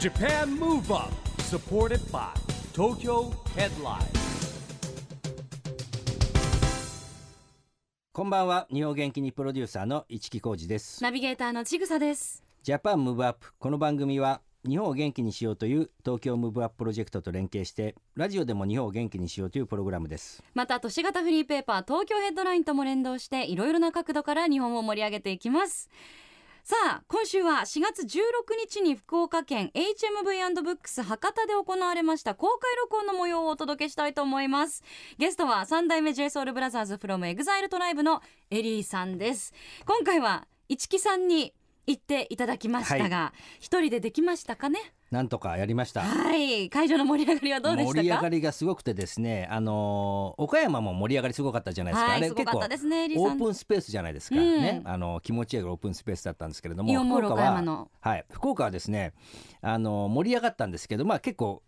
JAPAN MOVE UP SUPPORTED BY TOKYO HEADLINE こんばんは日本元気にプロデューサーの市木浩司ですナビゲーターのちぐさです。ジャパンムーブアップこの番組は日本を元気にしようという東京ムーブアッププロジェクトと連携してラジオでも日本を元気にしようというプログラムですまた都市型フリーペーパー東京ヘッドラインとも連動していろいろな角度から日本を盛り上げていきます。さあ今週は4月16日に福岡県 HMV&BOOKS 博多で行われました公開録音の模様をお届けしたいと思いますゲストは三代目 JSOULBROTHERS from EXILETRIBE のエリーさんです今回は一木さんに行っていただきましたが一、人でできましたかねなんとかやりましたはい会場の盛り上がりはどうでしたか盛り上がりがすごくてですねあのー岡山も盛り上がりすごかったじゃないですか、はいあれすご結かっ構たですねエリーオさんープンスペースじゃないですか、うんねあのー気持ちいいオープンスペースだったんですけれどもイオンモール福岡岡は山のはい、福岡はですね、あの盛り上がったんですけど、まあ、結構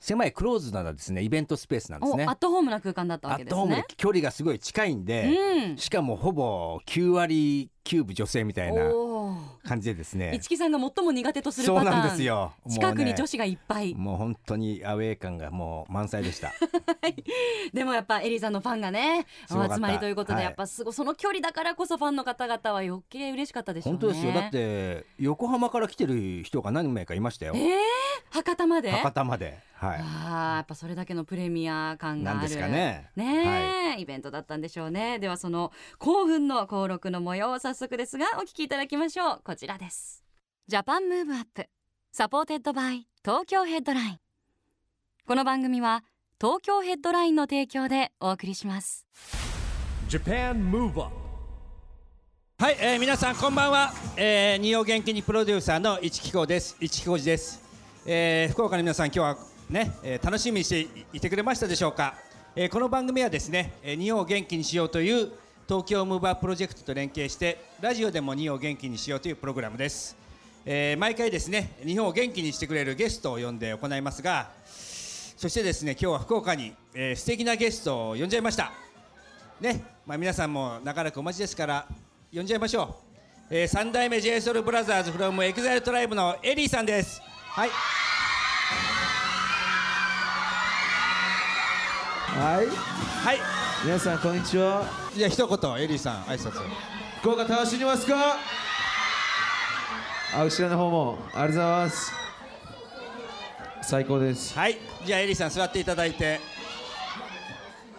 狭いクローズなですねイベントスペースなんですね。おアットホームな空間だったわけですアットホームでね。距離がすごい近いんで、うん。しかもほぼ9割9分女性みたいなお感じでですお。ね一木さんが最も苦手とするそうパターン。なんですよもうね近くに女子がいっぱい。もう本当にアウェー感がもう満載でした でもやっぱエリーさんのファンがね、すごかっおた集まりということはで、いやっぱすごいその距離だからこそファンの方々は余計嬉しかったでしょう本当ね。ですよだって横浜から来てる人が何名かいましたよえー、博多まで。博多まではいああ、やっぱそれだけのプレミア感があなる。んですかねねえ、イベントだったんでしょうね。ではその興奮の登録の模様を早速ですがお聞きいただきましょう。こちらです。ジャパンムーブアップサポーテッドバイ東京ヘッドライン。この番組は東京ヘッドラインの提供でお送りします。 JAPAN MOVE UP はい、えー、皆さんこんばんは、えー、日本元気にプロデューサーの市木浩です市木浩司です、えー、福岡の皆さん今日はね、えー、楽しみにしていいてくれましたでしょうか、えー、この番組はですね、えー、日本を元気にしようという東京ムーバープロジェクトと連携してラジオでも日本を元気にしようというプログラムです、えー、毎回ですね日本を元気にしてくれるゲストを呼んで行いますがそしてですね今日は福岡に、えー、素敵なゲストを呼んじゃいましたね、まあ、皆さんも長らくお待ちですから呼んじゃいましょう、えー、3代目 JSOULBROTHERS from EXILETRIBE のエリーさんですはいはい、はい皆さんこんにちは。じゃあ一言エリーさん挨拶を福岡楽しんでますか？あ、後ろの方もありがとうございます。最高です。はいじゃあエリーさん座っていただいて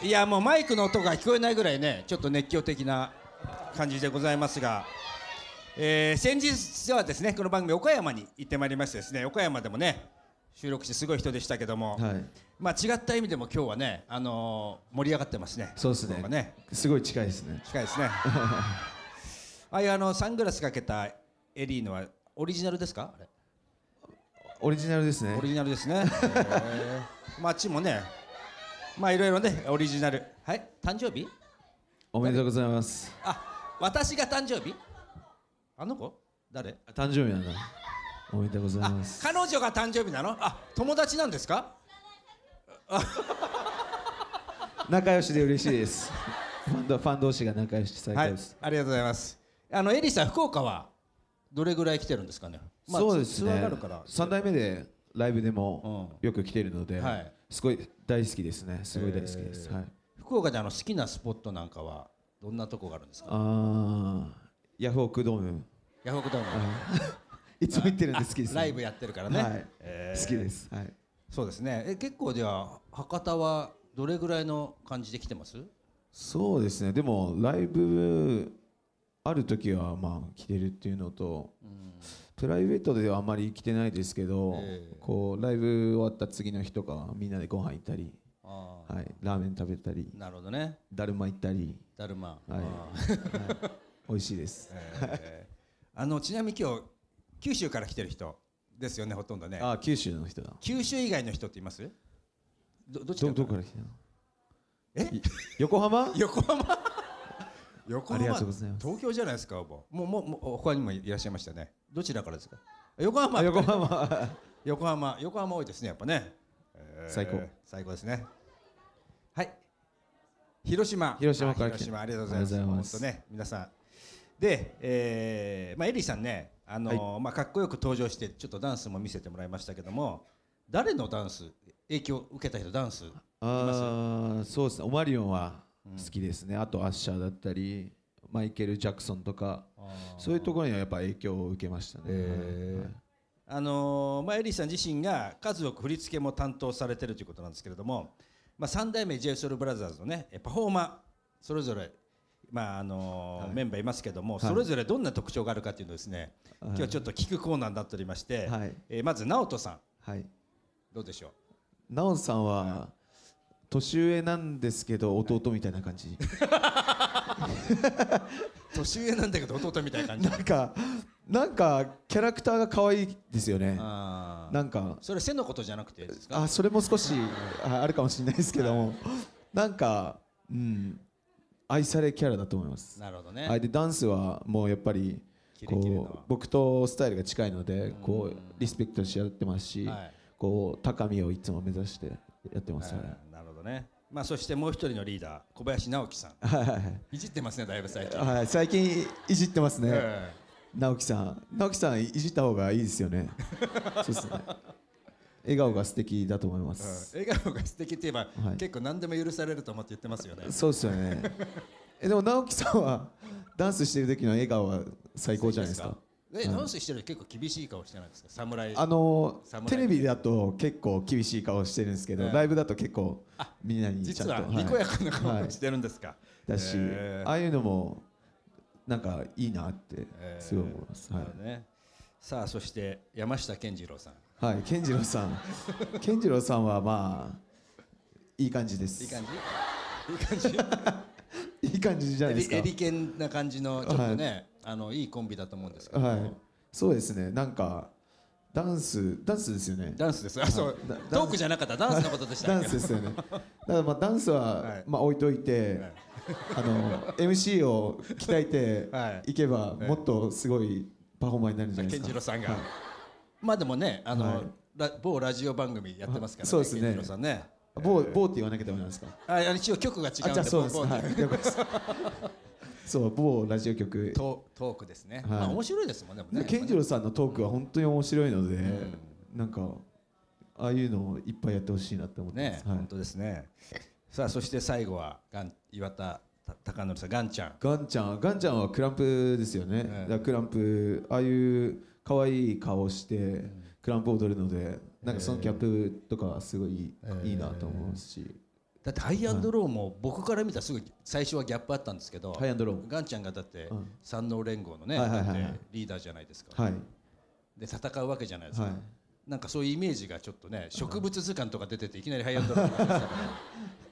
いやもうマイクの音が聞こえないぐらいねちょっと熱狂的な感じでございますが、えー、先日はですねこの番組岡山に行ってまいりましてですね岡山でもね収録してすごい人でしたけども、はい、まあ違った意味でも今日はね、あのー盛り上がってますね。そうですねなんかね、すごい近いですね。近い ですね。ああいうあのサングラスかけたエリーのはオリジナルですか？あれオリジナルですねオ。リジナルですね。へ ーまああっちもね、まあいろいろねオリジナル。はい、誕生日？おめでとうございます。あ、私が誕生日？あの子？誰？あ誕生日なんだ。おめでとうござ います。彼女が誕生日なの？あ、友達なんですか？仲良しで嬉しいです。ファンドファン同士が仲良し最は高いです。、ありがとうございます。あのエリーさん福岡はどれぐらい来てるんですかね？まあそうですツアーねがあるから。。三代目でライブでもよく来てるので、はいすごい大好きですね。すごい大好きです。はい。福岡であの好きなスポットなんかはどんなとこがあるんですかああ、ヤフオクドーム。ヤフオクドームいつも行ってるんで好きです、ね。ライブやってるからね、はいえー好きです。はい。そうですねえ結構じゃあ博多はどれぐらいの感じで来てますそうですね。でもライブある時はまあ来てるっていうのと、プライベートではあまり来てないですけど、ええこうライブ終わった次の日とかはみんなでご飯行ったり、あはい、ラーメン食べたりー、なるほどねだるま行ったり、だる ま、はいあはい美味しい です。ーえーあのちなみに今日九州から来てる人ですよねほとんどねあ、九州の人だ。九州以外の人っていますどどっちどかどなこから来たの？えい横浜？横 浜横浜ありがとうございます東京じゃないですかほぼもうもうもう他にもいらっしゃいましたねどちらからですか横浜あ横浜。横浜横浜多いですねやっぱね、え最高最高ですねはい広島広島からあ広来て島ありがとうございますありがとうございます本当ね皆さんで、えーまあ、エリーさんね、あのーまあ、かっこよく登場してちょっとダンスも見せてもらいましたけども誰のダンス影響を受けた人ダンスああそうですねオマリオンは好きですね、あとアッシャーだったりマイケル・ジャクソンとかそういうところにはやっぱ影響を受けましたね、はいあのーまあ、エリーさん自身が数多く振り付けも担当されてるということなんですけれども、まあ、3代目 j s o u l b r o t h e r s の、ね、えパフォーマーそれぞれ、まああのーメンバーいますけども、それぞれどんな特徴があるかというのをですね、今日ちょっと聞くコーナーになっておりまして、はいえーまず直人さんはいどうでし ょうナオンさんは年上なんですけど弟みたいな感じ、年上なんだけど弟みたいな感じ なんかなんかキャラクターが可愛いですよねあーなんかそれ背のことじゃなくてですかあそれも少しああるかもしれないですけどもなんかうん愛されキャラだと思いますなるほどはい、ねでダンスはもうやっぱりキレキレなこう僕とスタイルが近いのでこうリスペクトし合ってますし、はいこう高みをいつも目指してやってます、はいうんなるほどね、まあ、そしてもう一人のリーダー小林直樹さん、い、じってますねだいぶ最近、はい、最近いじってますね、え直樹さん直樹さんいじった方がいいですよ ねそうですね笑顔が素敵だと思いまえうんす、笑顔が素敵って言えば、はい結構何でも許されると思って言ってますよねそうですよねえでも直樹さんはダンスしてる時の笑顔は最高じゃないですかえ、ダンスしてる時結構厳しい顔してないですか侍あの侍テレビだと結構厳しい顔してるんですけど、ええライブだと結構みんなにち実ゃんとはいにこやかなは顔いしてるんですか、だし、ええああいうのもなんかいいなってええすごい思います、なるほどねさあそして山下健二郎さんはい、はい、健次郎 さん健次郎さんはまあいい感じですいい感じいい感じいい感じじゃないエでリすエかリケンな感じのちょっとね、あのいいコンビだと思うんですけど、はいそうですねなんかダンスダンスですよねダンスですあそうダダンストークじゃなかったダンスのことでしたダンスですよねだからまあダンスは、はいまあ置いといて、はいあの MC を鍛はえていいけばいもっとすごいパフォーマーになるんじゃないで健す次か郎さんが、まあでもねあの、はいラ某ラジオ番組やってますからねそうですね健次郎さんねボーボーって言わなきゃダメなんですかあ一応局が違うんあじでゃあそうです某某はい了解です そう某ラジオ局トートークですね、いまあ面白いですもんねでもね健次郎さんのトークは本当に面白いのでなんかああいうのをいっぱいやってほしいなって思ってまねす、はい本当ですねさあそして最後はガン岩田た貴則さんガンちゃんガンちゃんガンちゃんはクランプですよね、だからクランプああいう可愛い顔してクランプ踊るのでなんかそのギャップとかはすごいいいなと思うし、だってハイアンドローも僕から見たらすぐ最初はギャップあったんですけどハイアンドローガンちゃんがだってうん山王連合のね、はいはいはいだっはいてリーダーじゃないですか、はいで戦うわけじゃないですか、はいなんかそういうイメージがちょっとね植物図鑑とか出てていきなりハイアンドローになりましたから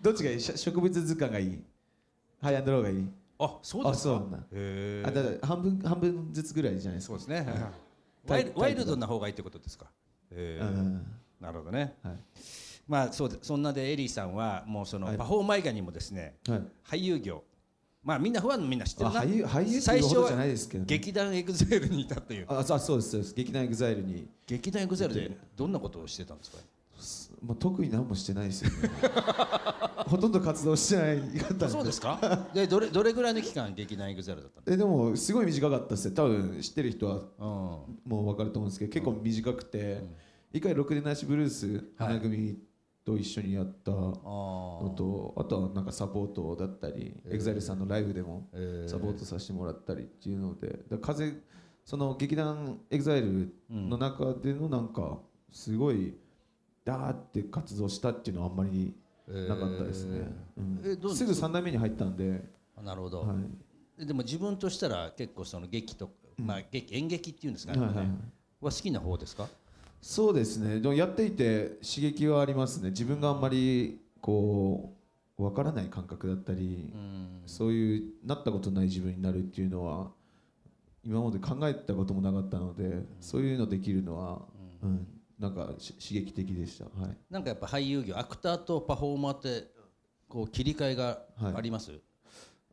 どっちがいいし植物図鑑がいいハイアンドローがいいあそうですかあそうなんだへあえだから半分半分ずつぐらいじゃないですそかうですね、ワタイイプルワイルドな方がいいってことですかへえうんなるほどね、はいまあそうでそんなでエリーさんはもうそのはいパフォーマー以外にもですね、はい俳優業まあみんなファンのみんな知ってるなあ俳優俳優っていう最初ほどはじゃないですけどね劇団エグゼルにいたというあそうそうですそうです劇団エグザイルに、劇団エグゼルでどんなことをしてたんですかまあ、特に何もしてないですよ ねほとんど活動してないかったんそうです かでどれどれぐらいの期間劇団エグゼルだったのえでもすごい短かったっすよ多分知ってる人はうんもう分かると思うんですけど結構短くて、一回「ろくでなしブルース」花組と一緒にやったのあーとあとはなんかサポートだったり、エグザイルさんのライブでもえーサポートさせてもらったりっていうのでだから風その劇団エグザイルの中でのなんかすごいダーって活動したっていうのはあんまりなかったですね、うんえどうすぐ3代目に入ったんで、あなるほど、はいででも自分としたら結構その劇と、まあ、劇演劇っていうんですかね、はいはいははい好きな方ですかそうですねでもやっていて刺激はありますね自分があんまりこうわからない感覚だったり、そういうなったことない自分になるっていうのは今まで考えたこともなかったので、そういうのできるのは、うんなんかし刺激的でした、はい、なんかやっぱ俳優業アクターとパフォーマーってこう切り替えがあります、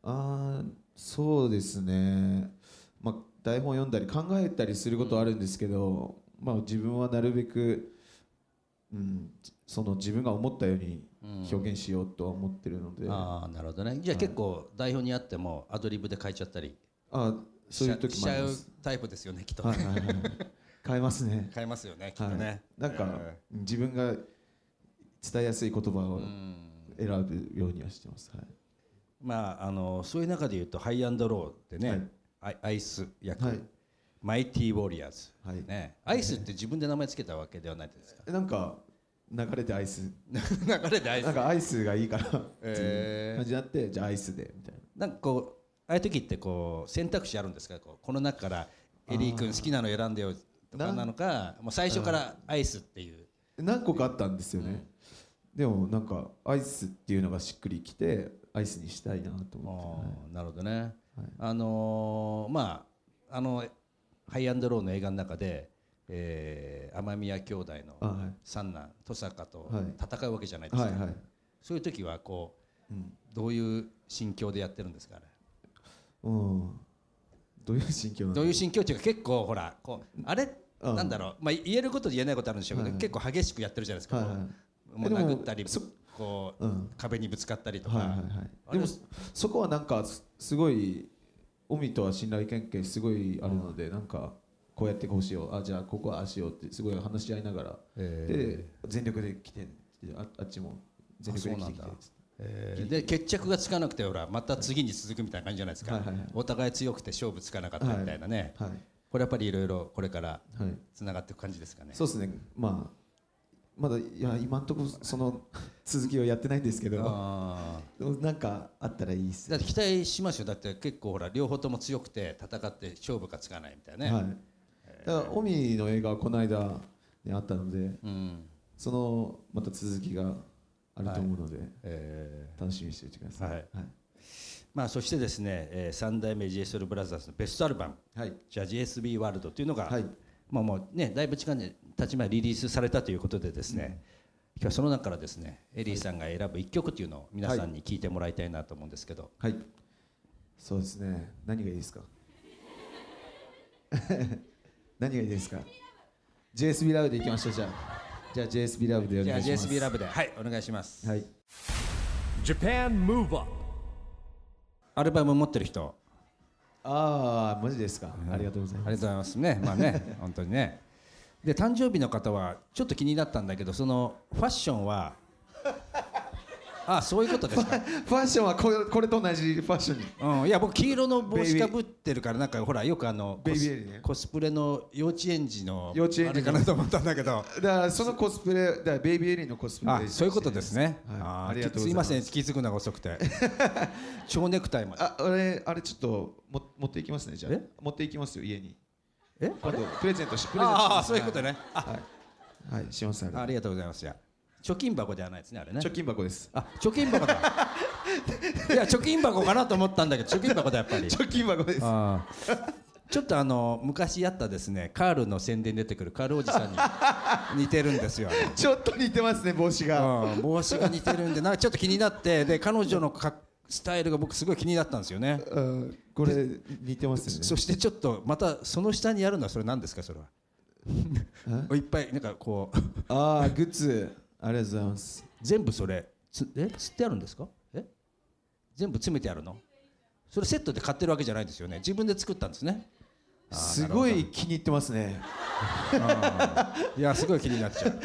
あーそうですね、まあ、台本読んだり考えたりすることはあるんですけど、まあ、自分はなるべく、うん、その自分が思ったように表現しようとは思ってるので、あああなるほどねじゃあ結構台本にあってもアドリブで変えちゃったりあそういう時しもちありゃまうす。タイプですよねきっとはいねはいはい。変えます ね。変えますよねきっとはい。ねなんか、え自分が伝えやすい言葉をーうん選ぶようにはしてます。はい。まああのそういう中で言うとハイアンドローってねアイアイス役はいマイティーウォリアーズはいねアイスって自分で名前つけたわけではない ですかなんか流れてアイス、流れでアイスなんかアイスがいいからってえいうー感じになって、じゃあアイスでみたいなな。んかこうああいう時ってこう選択肢あるんですかこうこの中からエリー君好きなの選んでよとかななのかもう最初からアイスっていう何個かあったんですよね、でもなんかアイスっていうのがしっくりきてアイスにしたいなと思って、あーなるほどね、あのーまああのハイアンドローの映画の中で、えー、天宮兄弟あのはい三男登坂とはい戦うわけじゃないですはか、い、はいはいそういう時はこう、うんどういう心境でやってるんですかねうんどういう心境なんだどういろう心境っていうか結構ほらこうあれ、うんなんだろう、まあ、言えることと言えないことあるんでしょうけど、はい結構激しくやってるじゃないですか、はいはいもうでも殴ったりそこう、うん壁にぶつかったりとか、はいはいはいあでれもそこはなんかすすごい海とは信頼関係すごいあるので、なんかこうやってこうしようあじゃあここはああしようってすごい話し合いながら、えで全力で来てああっちも全力で来てきてあそうなんだえーで決着がつかなくてほらまた次に続くみたいな感じじゃないですか、はいはいはいお互い強くて勝負つかなかったみたいなね、はいこれやっぱりいろいろこれからはいつながっていく感じですかね。そうですね、まあ、まだいや今んとこその 続きをやってないんですけど、あでもなんかあったらいいーっすだね。って期待しますよだって結構ほら両方とも強くて戦って勝負がつかないみたいなね、はい、だからオミの映画はこの間、ね、あったので、うんそのまた続きがあると思うので、えー楽しみにしておいてください。はいまあ、そしてですね、えー、3代目 GSL ブラザーズのベストアルバムはい「じゃあ GSB ワールド」というのが、はいまあ、もうねだいぶ近にたちまえリリースされたということでですね、今日はその中からですねエリーさんが選ぶ一曲というのを皆さんに聞いてもらいたいなと思うんですけど、はい、そうですね、何がいいですか 何がいいですか ?JSB ラブでいきましょう、じゃあ。じゃあ JSB ラブでおじゃ願あいします。 GSB ラブではいお願いします、はい Japan Move Up アルバム持ってる人ああ、マジですか、ありがとうございあまりがとうごす。ざいますね まあね本当にねで誕生日の方はちょっと気になったんだけどそのファッションは あそういうことですかファッションはこれこれと同じファッションに。うん、いや僕黄色の帽ベイ子ビーかぶってるからなんかほらよくあのコベイビスーエリーねコスプレの幼稚園児の幼稚園児のあれかなと思ったんだけ どだからそのコスプレ、だからベイビーエリーのコスプレあそういうことですね、はいあーありがとうございまますいすません気づくのが遅く て蝶ネクタイまであ、あれ、あれちょっとも持っていきますね、じゃえあ。持っていきますよ、家に。えあとプレゼントし、プレゼントしあまあすそういうこと。ねあはい、はい、しますあれありがとうございますじゃあ貯金箱ではないですねあれね貯金箱です。あ貯金箱だ いや貯金箱かなと思ったんだけど貯金箱だやっぱり貯金箱です。あーちょっとあの昔やったですねカールの宣伝に出てくるカールおじさんに似てるんですよあれちょっと似てますね、帽子が。うん帽子が似てるんでなんかちょっと気になってで彼女のかスタイルが僕すごい気になったんですよねうん、これ似てますよねそ。してちょっとまたその下にやるのはそれ何ですかそれはいっぱいなんかこうああ、グッズ、ありがとうございます。全部それつえ釣ってあるんですかえ全部詰めてあるのそれセットで買ってるわけじゃないんですよね自分で作ったんですねあーすごい気に入ってますね。いやすごい気になっちゃう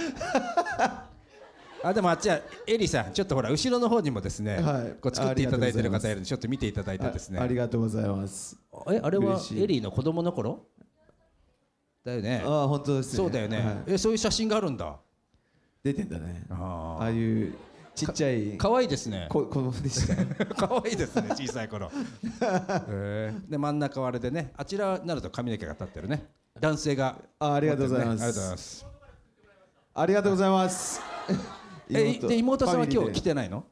あでもあっちはエリさんちょっとほら後ろの方にもですね、はいこう作っていただいてるありがとうございます方いるんでちょっと見ていただいてですねあありがとうございます。えあれは嬉しいエリーの子供の頃だよねああ、本当ですね。そうだよね、はいえそういう写真があるんだ出てんだねああーあいうちっちゃい可愛いですねこ 子供でした ね可愛いですね小さい頃へーで真ん中はあれでねあちらになると髪の毛が立ってるね男性があありがとうございます持ってるねありがとうございますありがとうございます えで妹さんは今日来ててないの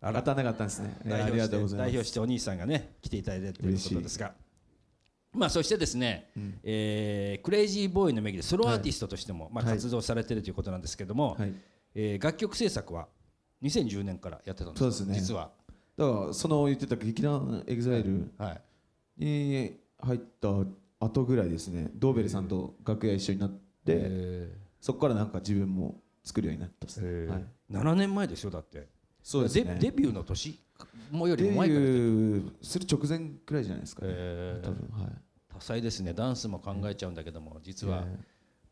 あ当たんなかったんですねえ代あ表りしがてとうござ代いま表すしてお兄さんがね来ていただいてるということですがまあそしてですね、えークレイジーボーイの名義でソロアーティストとしても、まあ、はい活動されてるということなんですけども、はいえー楽曲制作は2010年からやってたんですそうですね実は、だからその言ってた劇団エグザイルはい、に入った後ぐらいですねドーベルさんと楽屋一緒になってそこからなんか自分も作るようになったっすねはい7年前でしょだってそうですねデデビューの年もよデりビも前から出てるューする直前くらいじゃないですかね、えー多分はい多彩ですねダンスも考えちゃうんだけども実は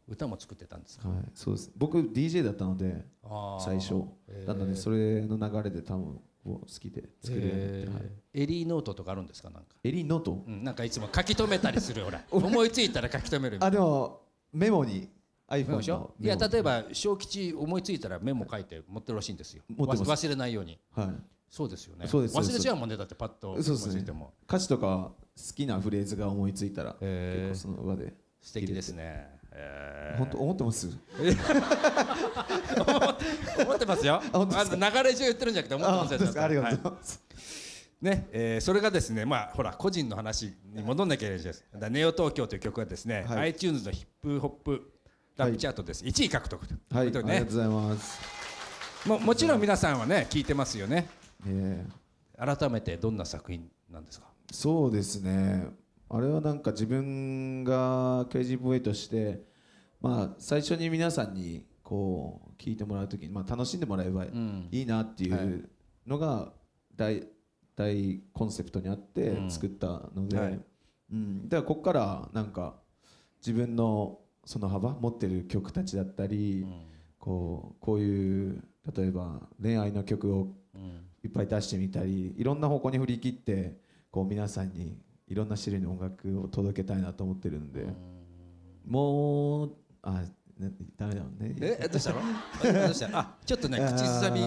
歌も作ってたんですか、はい、そうです僕 DJ だったのであー最初えーなのでそれの流れで多分を好きで作るようになって、えーはいエリーノートとかあるんですかなんか、エリノート、うん、なんかいつも書き留めたりする ほら思いついたら書き留めるあでもメモに iPhone メモのでしょいメやモに例えば小吉思いついたらメモ書いて持ってるらしいんですよ持ってますわ忘れないようにはい、そうですよねそうですそうです忘れちゃうもんねだってパッと思いつそうですいねても、歌詞とか好きなフレーズが思いついたら、えー結構その場で素敵ですね、えー本当思ってます思ってますよ。あ 本当でのす流れ中言ってるんじゃなくて思ってますよ。本当ですかありがとうごはざいます、いね、えーそれがですね、まあほら個人の話に戻んなきゃいけないじゃないですか。だからネオ東京という曲はですね、はい iTunes のヒップホップラップチャートです。1位獲得というはい、ことでありがねとう。ございます、ももちろん皆さんはね聞いてますよね。えー改めてどんな作品なんですか。そうですねあれはなんか自分が KGV として、まあ、最初に皆さんにこう聞いてもらう時に、まあ、楽しんでもらえばんいいなっていはうのが大大コンセプトにあってうん作ったので、うんはいだからここからなんか自分のその幅持ってる曲たちだったり、こうこういう例えば恋愛の曲をいっぱい出してみたりいろんな方向に振り切ってこう皆さんにいろんな種類の音楽を届けたいなと思ってるんでもうあねダメだもんねえどうしたの？どうしたの？あちょっとねあー口ずさみ。い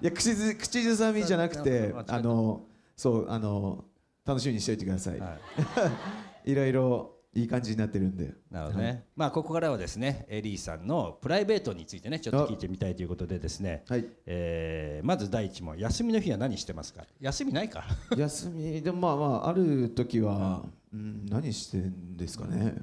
や口ず口ずさみじゃなくてあ違うあのそうあの楽しみにしておいてください、はい い、ろいろいい感じになってるんでなるほどね、まあここからはですねエリーさんのプライベートについてねちょっと聞いてみたいということでですね、はいえーまず第一問休みの日は何してますか休みないか 休みでもまあまあある時は、うん、何してんですかね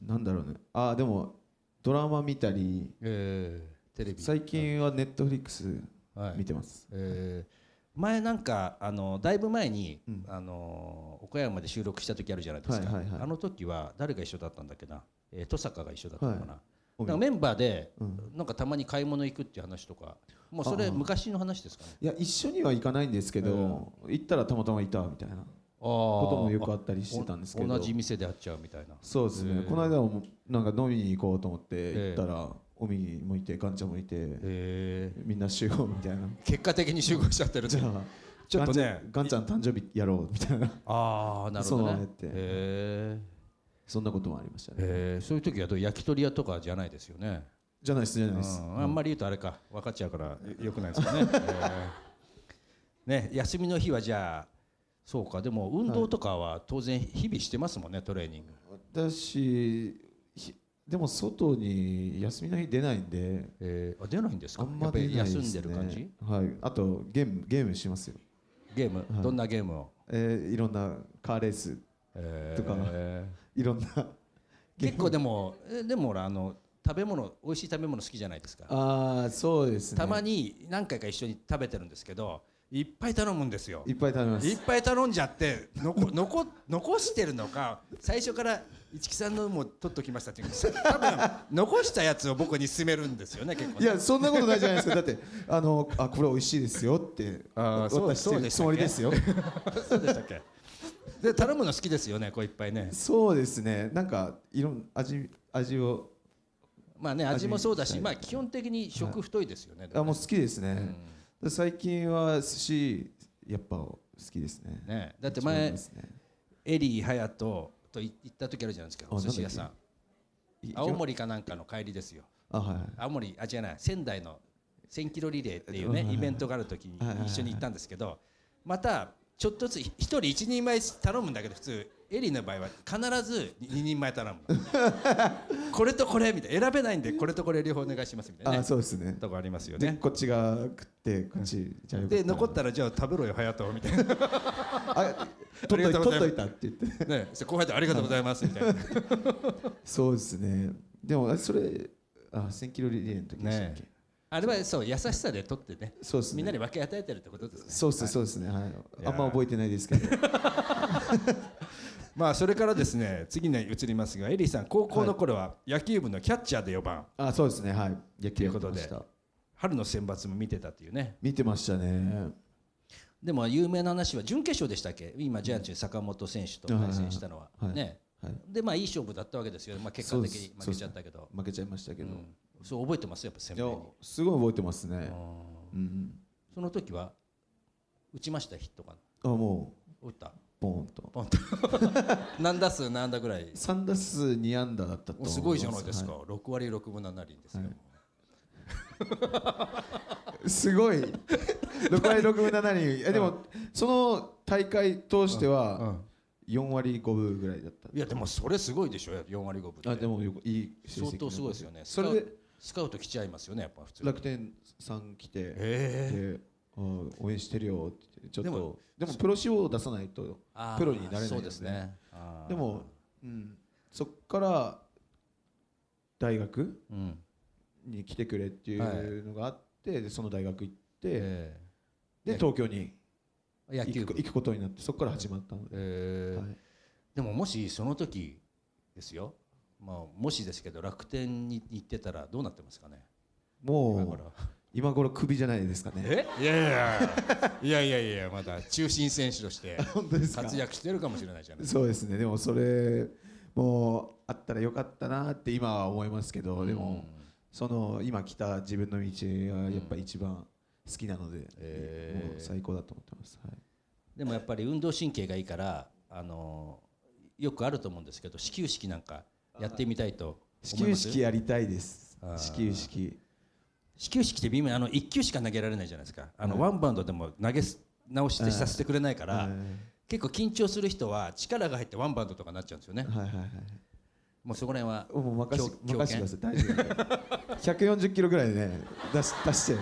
なんだろうねあでもドラマ見たりえテレビ最近はネットフリックスはい見てます、えー前なんかあのだいぶ前に、うんあの岡山で収録した時あるじゃないですか、はいはいはいあの時は誰が一緒だったんだっけな、えー、登坂が一緒だったのかな,、はなんかメンバーで、うんなんかたまに買い物行くっていう話とかもうそれあー昔の話ですかねいや一緒には行かないんですけど、行ったらたまたまいたみたいなこともよくあったりしてたんですけど同じ店で会っちゃうみたいなそうですねこの間もなんか飲みに行こうと思ってえ行ったら、オミもいてガンちゃんもいて、へえみんな集合みた いな結果的に集合しちゃってる じゃあちょっとねガンちゃんガンちゃん誕生日やろうみたいなああなるほどそうなねってへそんなこともありましたえね、へえそういう時はどう焼き鳥屋とかじゃないですよねじゃないですじゃなうんいです、あんまり言うとあれか分かっちゃうからよよくないです かねへえね休みの日はじゃあそうかでも運動とかは当然日々してますもんねトレーニング私ひでも外に休みの日出ないんでえーあ出ないんですあかんやまっぱ出ないりです、休ね、んでる感じはいあとゲームゲームしますよゲームいどんなゲームをえーいろんなカーレースえーとかいろんな 結構でもえでもほらあの食べ物美味しい食べ物好きじゃないですかああそうですねたまに何回か一緒に食べてるんですけどいっぱい頼むんですよいっぱい食べますいっぱい頼んじゃって残 残残してるのか最初から一木さんのも取っときましたっていう多分残したやつを僕に勧めるんですよね結構いねやそんなことないじゃないですかだってあのあこれ美味しいですよってあーそう渡してそうるでしつたっけもりですよそうでしたっけで頼むの好きですよねこういっぱいねそうですねなんかいろん味味をまあね味もそうだし味まあ基本的に食太いですよね、であももうね好きですね、最近は寿司やっぱ好きですねねだって一番いい前ですねエリー隼人とい行った時あるじゃないですかあお寿司屋さんい青森かなんかの帰りですよあはいはい青森あ違うない仙台の1000キロリレーっていうねうんイベントがある時にはいはいはい一緒に行ったんですけどまたちょっとずつ一人一人前頼むんだけど普通エリーの場合は必ず二人前頼むのこれとこれみたいな選べないんでこれとこれ両方お願いしますみたいあなねそうですねとこありますよでねこっちが食ってこっちじゃあよかで残ったららじゃあ食べろよ隼人みたいなあ取っといありがとうご取ざいますっといたって言ってねそして後輩とありがとうございますみたいなそうですね。でもあそれあ1000キロリレーの時でしたっけ？ねあれはそう優しさで取ってねそうですね。みんなに分け与えてるってことですねそうですそうですね。はい。やあんま覚えてないですけど。 まあそれからですね次に移りますがエリーさん高校の頃は野球部のキャッチャーで4番あそうですねはい。野と球いうやっこてとまでした。春の選抜も見てたっていうね見てましたねでも有名な話は準決勝でしたっけ今ジャイアンツに坂本選手と対戦したのは、はいはいはいねはいでまあいい勝負だったわけですけど、まあ、結果的にそうです負けちゃったけど負けちゃいましたけうど、んそう覚えてますやっぱ先いや輩にすごい覚えてますねあー、うん、その時は打ちましたヒットかなあもう打ったポーンとポンと何打数何打ぐらい3打数2安打だったと思ますごいじゃないですか、は6割6分7厘ですよ、はいすごい6割6分7厘えでも、その大会通しては4割5分ぐらいだったいやでもそれすごいでしょ4割5分ってあでもよくいい成績相当すごいですよねそれでスカウト来ちゃいますよねやっぱ普通楽天さん来て、ええであー応援してるよって言ってちょっとでもでもプロ仕様を出さないとあープロになれないのでそうですねあーでも、うん、そっから大学うんに来てくれっていうのがあって、でその大学行って、えでね東京にえ野球行く部行くことになってそこから始まったので、ええはいでももしその時ですよまあもしですけど楽天に行ってたらどうなってますかね今もかうら今頃クビじゃないですかねえいやいやいやいやいやいやまだ中心選手として 本当ですか活躍してるかもしれないじゃないですかそうですねでもそれもうあったらよかったなって今は思いますけどでも、その今来た自分の道がやっぱ一番好きなので、えーもう最高だと思ってます、はい、でもやっぱり運動神経がいいからあのよくあると思うんですけど始球式なんかやってみたいと始思い球ます式やりたいですあー始球式始球式って微妙にあの1球しか投げられないじゃないですかあの、ワンバウンドでも投げす直してさせてくれないから、はい結構緊張する人は力が入ってワンバウンドとかになっちゃうんですよね、はいはいはいもうそこら辺はもう任せ強任せてください大丈夫 です140キロぐらいでね出し出して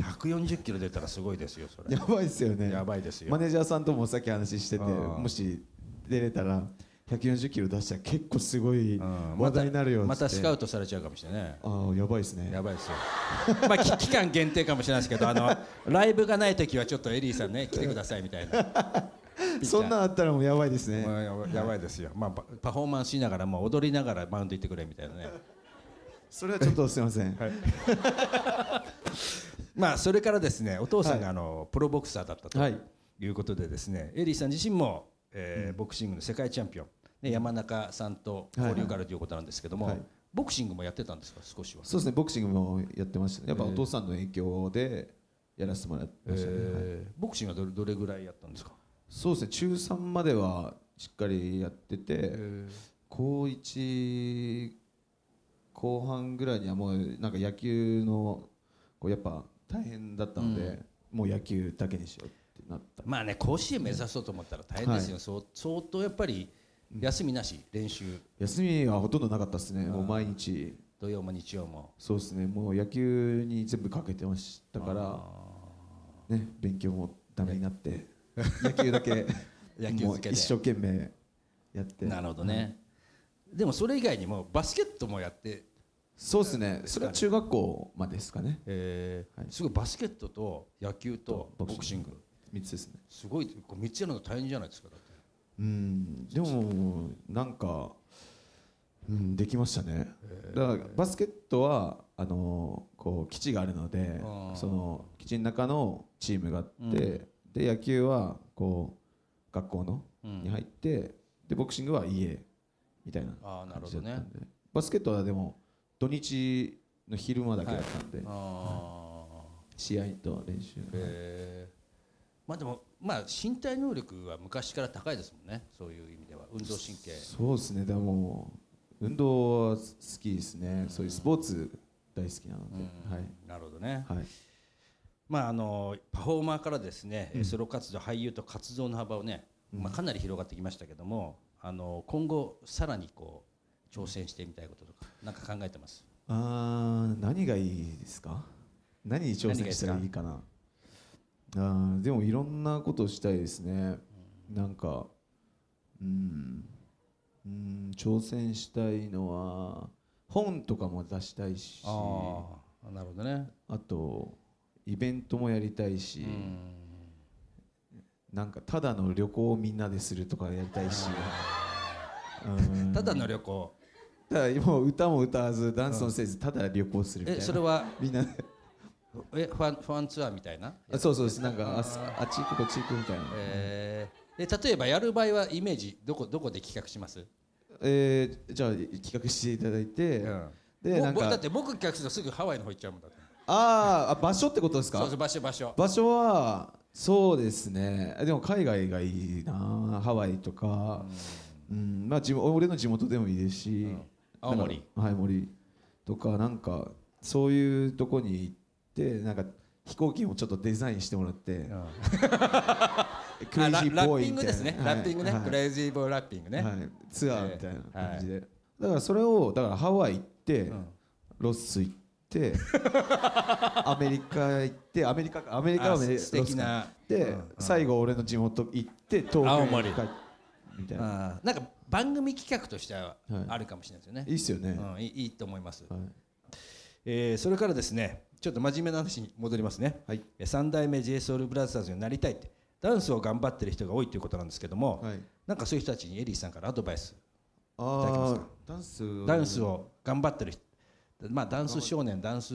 140キロ出たらすごいですよそれ やばいですよねやばいですよマネージャーさんともさっき話しててあーもし出れたら140キロ出したら結構すごいうん話題になるよまたまたスカウトトされちゃうかもしれないねああやばいですねやばいですよ。まあき期 間限定かもしれないですけど、あのライブがない時はちょっとエリーさんね来てくださいみたい な。そんなんあったらもうやばいですねまあやばやばいですよ。まあパパフォーマンスしながらもう踊りながらマウンド行ってくれみたいなね。それはちょっとすいません、まあそれからですね、お父さんがあの、プロボクサーだったとはいいうことでですね、エリーさん自身も、えーボクシングの世界チャンピオン、ね、山中さんと交流があるということなんですけども、はいボクシングもやってたんですか少しは。そうですねボクシングもやってましたねやっぱお父さんの影響でやらせてもらってましたね、はいえーボクシングはどれどれぐらいやったんですか。そうですね中3まではしっかりやってて、高1後半ぐらいにはもうなんか野球のこうやっぱ大変だったので、もう野球だけにしようってなったまあね甲子園目指そうと思ったら大変ですよ、はそう相当やっぱり休みなし練習休みはほとんどなかったですねもう毎日土曜も日曜もそうですねもう野球に全部かけてましたから、ね、勉強もダメになって野球だけ 野球漬もうけで一生懸命やってなるほどね、でもそれ以外にもバスケットもやって、そうですねそれは中学校までですかねはいすごいバスケットと野球とボボククシング3つですねすごいこう3つやるの大変じゃないですかだってうんでもなんか、うん、できましたねだからバスケットはあのこう基地があるのであーその基地の中のチームがあって、で野球はこう学校のうんに入ってでボクシングは家みたいなあーなる感ほじだどっねたんで、バスケットはでも土日の昼間だけだったんで、ああ試合と練習、へえまあでもまあ身体能力は昔から高いですもんねそういう意味では運動神経そうですねでも運動は好きですね、そういうスポーツ大好きなので、はいなるほどね、はいまああのパフォーマーからですね、えーソロ活動俳優と活動の幅をね、まあ、かなり広がってきましたけどもあの今後さらにこう挑戦してみたいこととかなんか考えてますあー何がいいですか何に挑戦したらいいかなあーでもいろんなことをしたいですね、なんかうんうん挑戦したいのは本とかも出したいしああなるほどねとイベントもやりたいし、うんなんかただの旅行をみんなでするとかやりたいし、うんただの旅行ただもう歌も歌わずダンスもせずただ旅行するみたえいなそれはみんなえファンファンツアーみたいなあそうそうですなんかあすあっち行くこっち行くみたいなえーで例えばやる場合はイメージどこどこで企画します、えー、じゃあ企画していただいて、でもなんぼだかって僕企画するとすぐハワイの方行っちゃうもんだってあーあ場所ってことですかそうそう場所場所場所はそうですねでも海外がいいなハワイとか、うんまあ、地元俺の地元でもいいですし、青森なんかはい森とかなんかそういうとこに行ってなんか飛行機もちょっとデザインしてもらって、 あラクレイジーラボッーピイングみたいなですね、ラッピングね、はいクレイジーボーイラッピングね、はい、ツアーみたいな感じで、だからそれをだからハワイ行って、ロス行って アメリカ行ってアメリカかアメリカはあアメリすカ素敵なで、最後俺の地元行って東京青に帰森ってみたいな、あーなんか番組企画としてははいあるかもしれないですよね、いいっすよね、うん、いいいいと思います、はいえーそれからですねちょっと真面目な話に戻りますね、はいえー三代目 j s o u l b r o t h e r になりたいってダンスを頑張ってる人が多いということなんですけども、はいなんかそういう人たちにエリーさんからアドバイスいただけますああかダンスダンスを頑張ってる人まあダンス少年ダンス、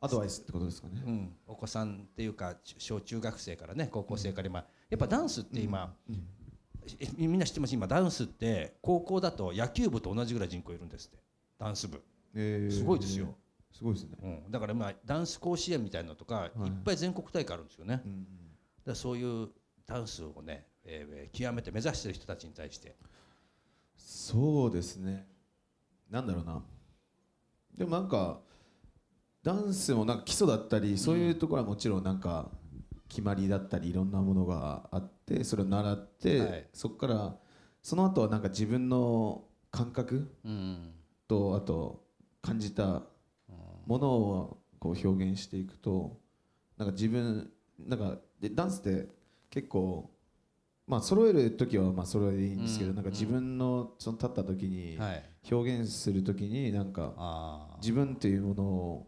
アドバイスってことですかね、うん、お子さんっていうかち小中学生からね高校生から今やっぱダンスって今、えみんな知ってます今ダンスって高校だと野球部と同じぐらい人口いるんですってダンス部、えーすごいですよ、すごいですねうん、だからまあダンス甲子園みたいなのとか、い、っぱい全国大会あるんですよね、だからそういうダンスをね、えーえー極めて目指してる人たちに対してそうですねなんだろうなでもなんかダンスもなんか基礎だったりそういうところはもちろんなんか決まりだったりいろんなものがあってそれを習って、はいそこからその後はなんか自分の感覚うんとあと感じたものをこう表現していくとなんか自分なんかでダンスって結構まあ揃える時はまあ揃えでいいんですけど、うんなんか自分のその立った時にはい表現する時になんかあー自分っていうものを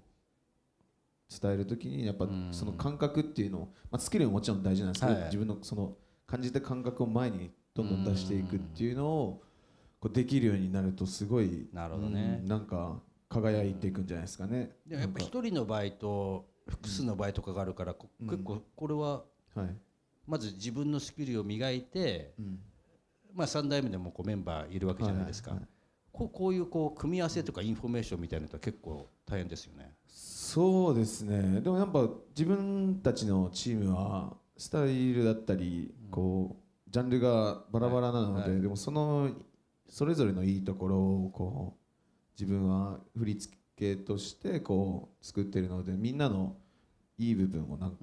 伝える時にやっぱうんその感覚っていうのを、まあ、スキルももちろん大事なんですけど、はい自分のその感じた感覚を前にどんどん出していくっていうのをこうできるようになるとすごいなるほどねうんなんか輝いていくんじゃないですかね。でもやっぱなんか一人の場合と複数の場合とかがあるから、こうん結構これははいまず自分のスキルを磨いて、うんまあ、3代目でもこうメンバーいるわけじゃないですか、はいはいこうこういうこう組み合わせとかインフォメーションみたいなのは結構大変ですよね。そうですねでもやっぱ自分たちのチームはスタイルだったり、こうジャンルがバラバラなので、はいはいでもそのそれぞれのいいところをこう自分は振り付けとしてこう作ってるのでみんなのいい部分をなんか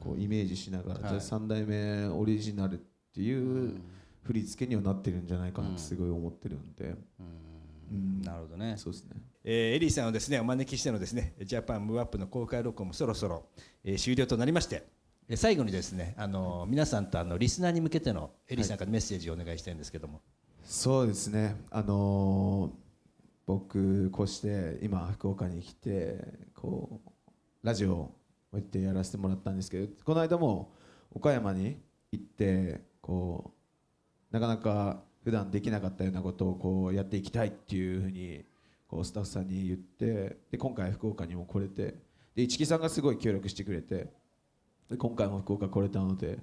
こうイメージしながら、はいじゃあ3代目オリジナルっていううん振り付けにはなってるんじゃないかなっうんてすごい思ってるんで、うんなるほどね。そうですねえーエリーさんをですねお招きしてのですねジャパンムーアップの公開録音もそろそろ、えー終了となりまして、えー最後にですねあのー皆さんとあのリスナーに向けてのエリーさんからメッセージをお願いしたいんですけども、そうですね、あのー僕、こうして今、福岡に来てこうラジオをこうやってやらせてもらったんですけど、この間も岡山に行ってこう、なかなか普段できなかったようなことをこうやっていきたいっていうふうにこうスタッフさんに言ってで、今回、福岡にも来れて、で市木さんがすごい協力してくれて、で今回も福岡来れたので、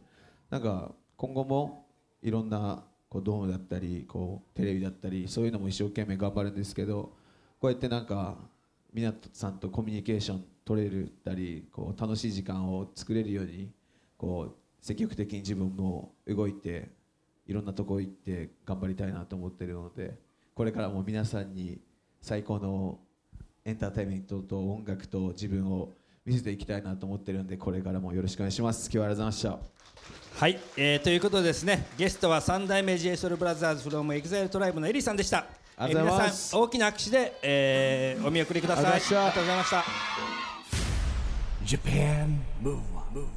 なんか今後もいろんなこうドームだったりこうテレビだったりそういうのも一生懸命頑張るんですけどこうやってなんか皆さんとコミュニケーション取れるたりこう楽しい時間を作れるようにこう積極的に自分も動いていろんなとこ行って頑張りたいなと思ってるのでこれからも皆さんに最高のエンターテインメントと音楽と自分を見せていきたいなと思ってるんでこれからもよろしくお願いします。今日はありがとうございました。はい、えーということでですねゲストは三代目 JSOULBROTHERS from EXILETRIBE のエリさんでしたありがとうございま皆すさん大きな拍手で、えーお見送りくださいありがとうございましたありがとうございました Japan Move Up, Move Up.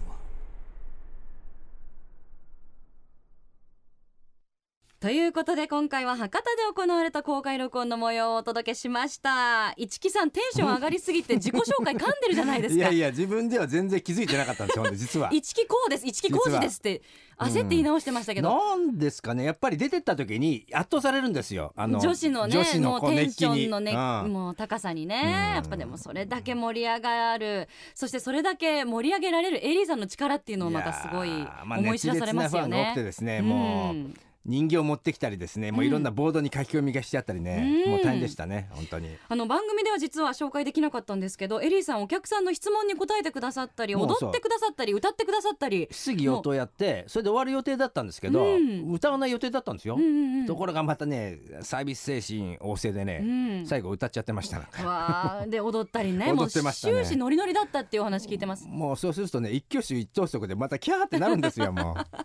ということで今回は博多で行われた公開録音の模様をお届けしました一木さんテンション上がりすぎて自己紹介噛んでるじゃ ないですいかやいや自分では全然気づいてなかったんですよほんで実は一木こうです一木浩二ですって焦って言い直してましたけど、なんですかねやっぱり出てった時に圧倒されるんですよあの女子のね女子のもこううテン熱シ気ョにンのね、うんもう高さにねやっぱでもそれだけ盛り上がるそしてそれだけ盛り上げられるエリーさんの力っていうのをまたすごいやーまあ思い知らされます熱烈なファよンが多ねく。てですね、うんもう人形を持ってきたりですねもういろんなボードに書き込みがしちゃったりね、うんもう大変でしたね本当にあの番組では実は紹介できなかったんですけどエリーさんお客さんの質問に答えてくださったりもう踊そうってくださったり歌ってくださったり質疑応答やってそれで終わる予定だったんですけど、うん歌わない予定だったんですよ、うんうんうんところがまたねサービス精神旺盛でね、うん最後歌っちゃってましたなんかわーで踊ったりねも 踊うってましたね終始ノリノリだったっていうお話聞いてますもうそうするとね一挙手一投足でまたキャーってなるんですよもう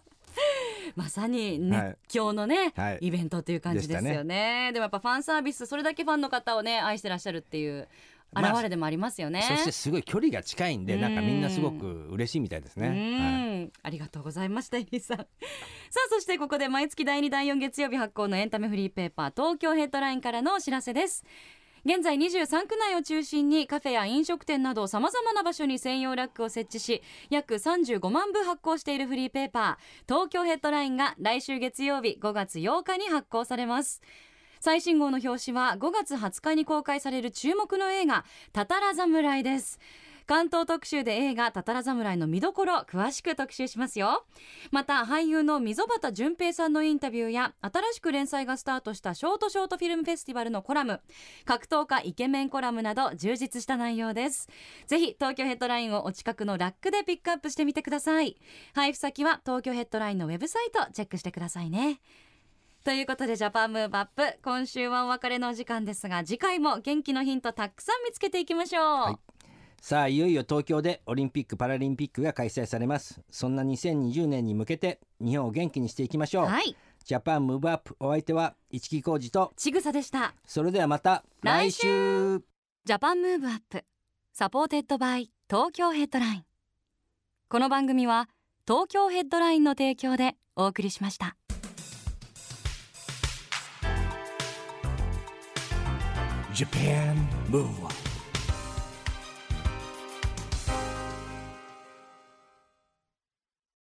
まさには熱い狂のね、はいイベントという感じですでしよねたでもやっぱファンサービスそれだけファンの方をね愛してらっしゃるっていう現れでもありますよ ね、そしてすごい距離が近いんでなんかみんなすごく嬉しいみたいですね、はいうん、ありがとうございましたエリーさん さあそしてここで毎月第2第4月曜日発行のエンタメフリーペーパー東京ヘッドラインからのお知らせです現在23区内を中心にカフェや飲食店などさまざまな場所に専用ラックを設置し約35万部発行しているフリーペーパー東京ヘッドラインが来週月曜日5月8日に発行されます最新号の表紙は5月20日に公開される注目の映画「たたら侍」です関東特集で映画「たたら侍」の見どころ詳しく特集しますよまた俳優の溝端淳平さんのインタビューや新しく連載がスタートしたショートショートフィルムフェスティバルのコラム格闘家イケメンコラムなど充実した内容ですぜひ東京ヘッドラインをお近くのラックでピックアップしてみてください配布先は東京ヘッドラインのウェブサイトチェックしてくださいねということでジャパンムーブアップ今週はお別れのお時間ですが次回も元気のヒントたくさん見つけていきましょう、さあいよいよ東京でオリンピック・パラリンピックが開催されますそんな2020年に向けて日本を元気にしていきましょう、はいジャパンムーブアップお相手は市木浩二とちぐさでしたそれではまた来来週ジャパンムーブアップサポーテッドバイ東京ヘッドラインこの番組は東京ヘッドラインの提供でお送りしました Japan Move Up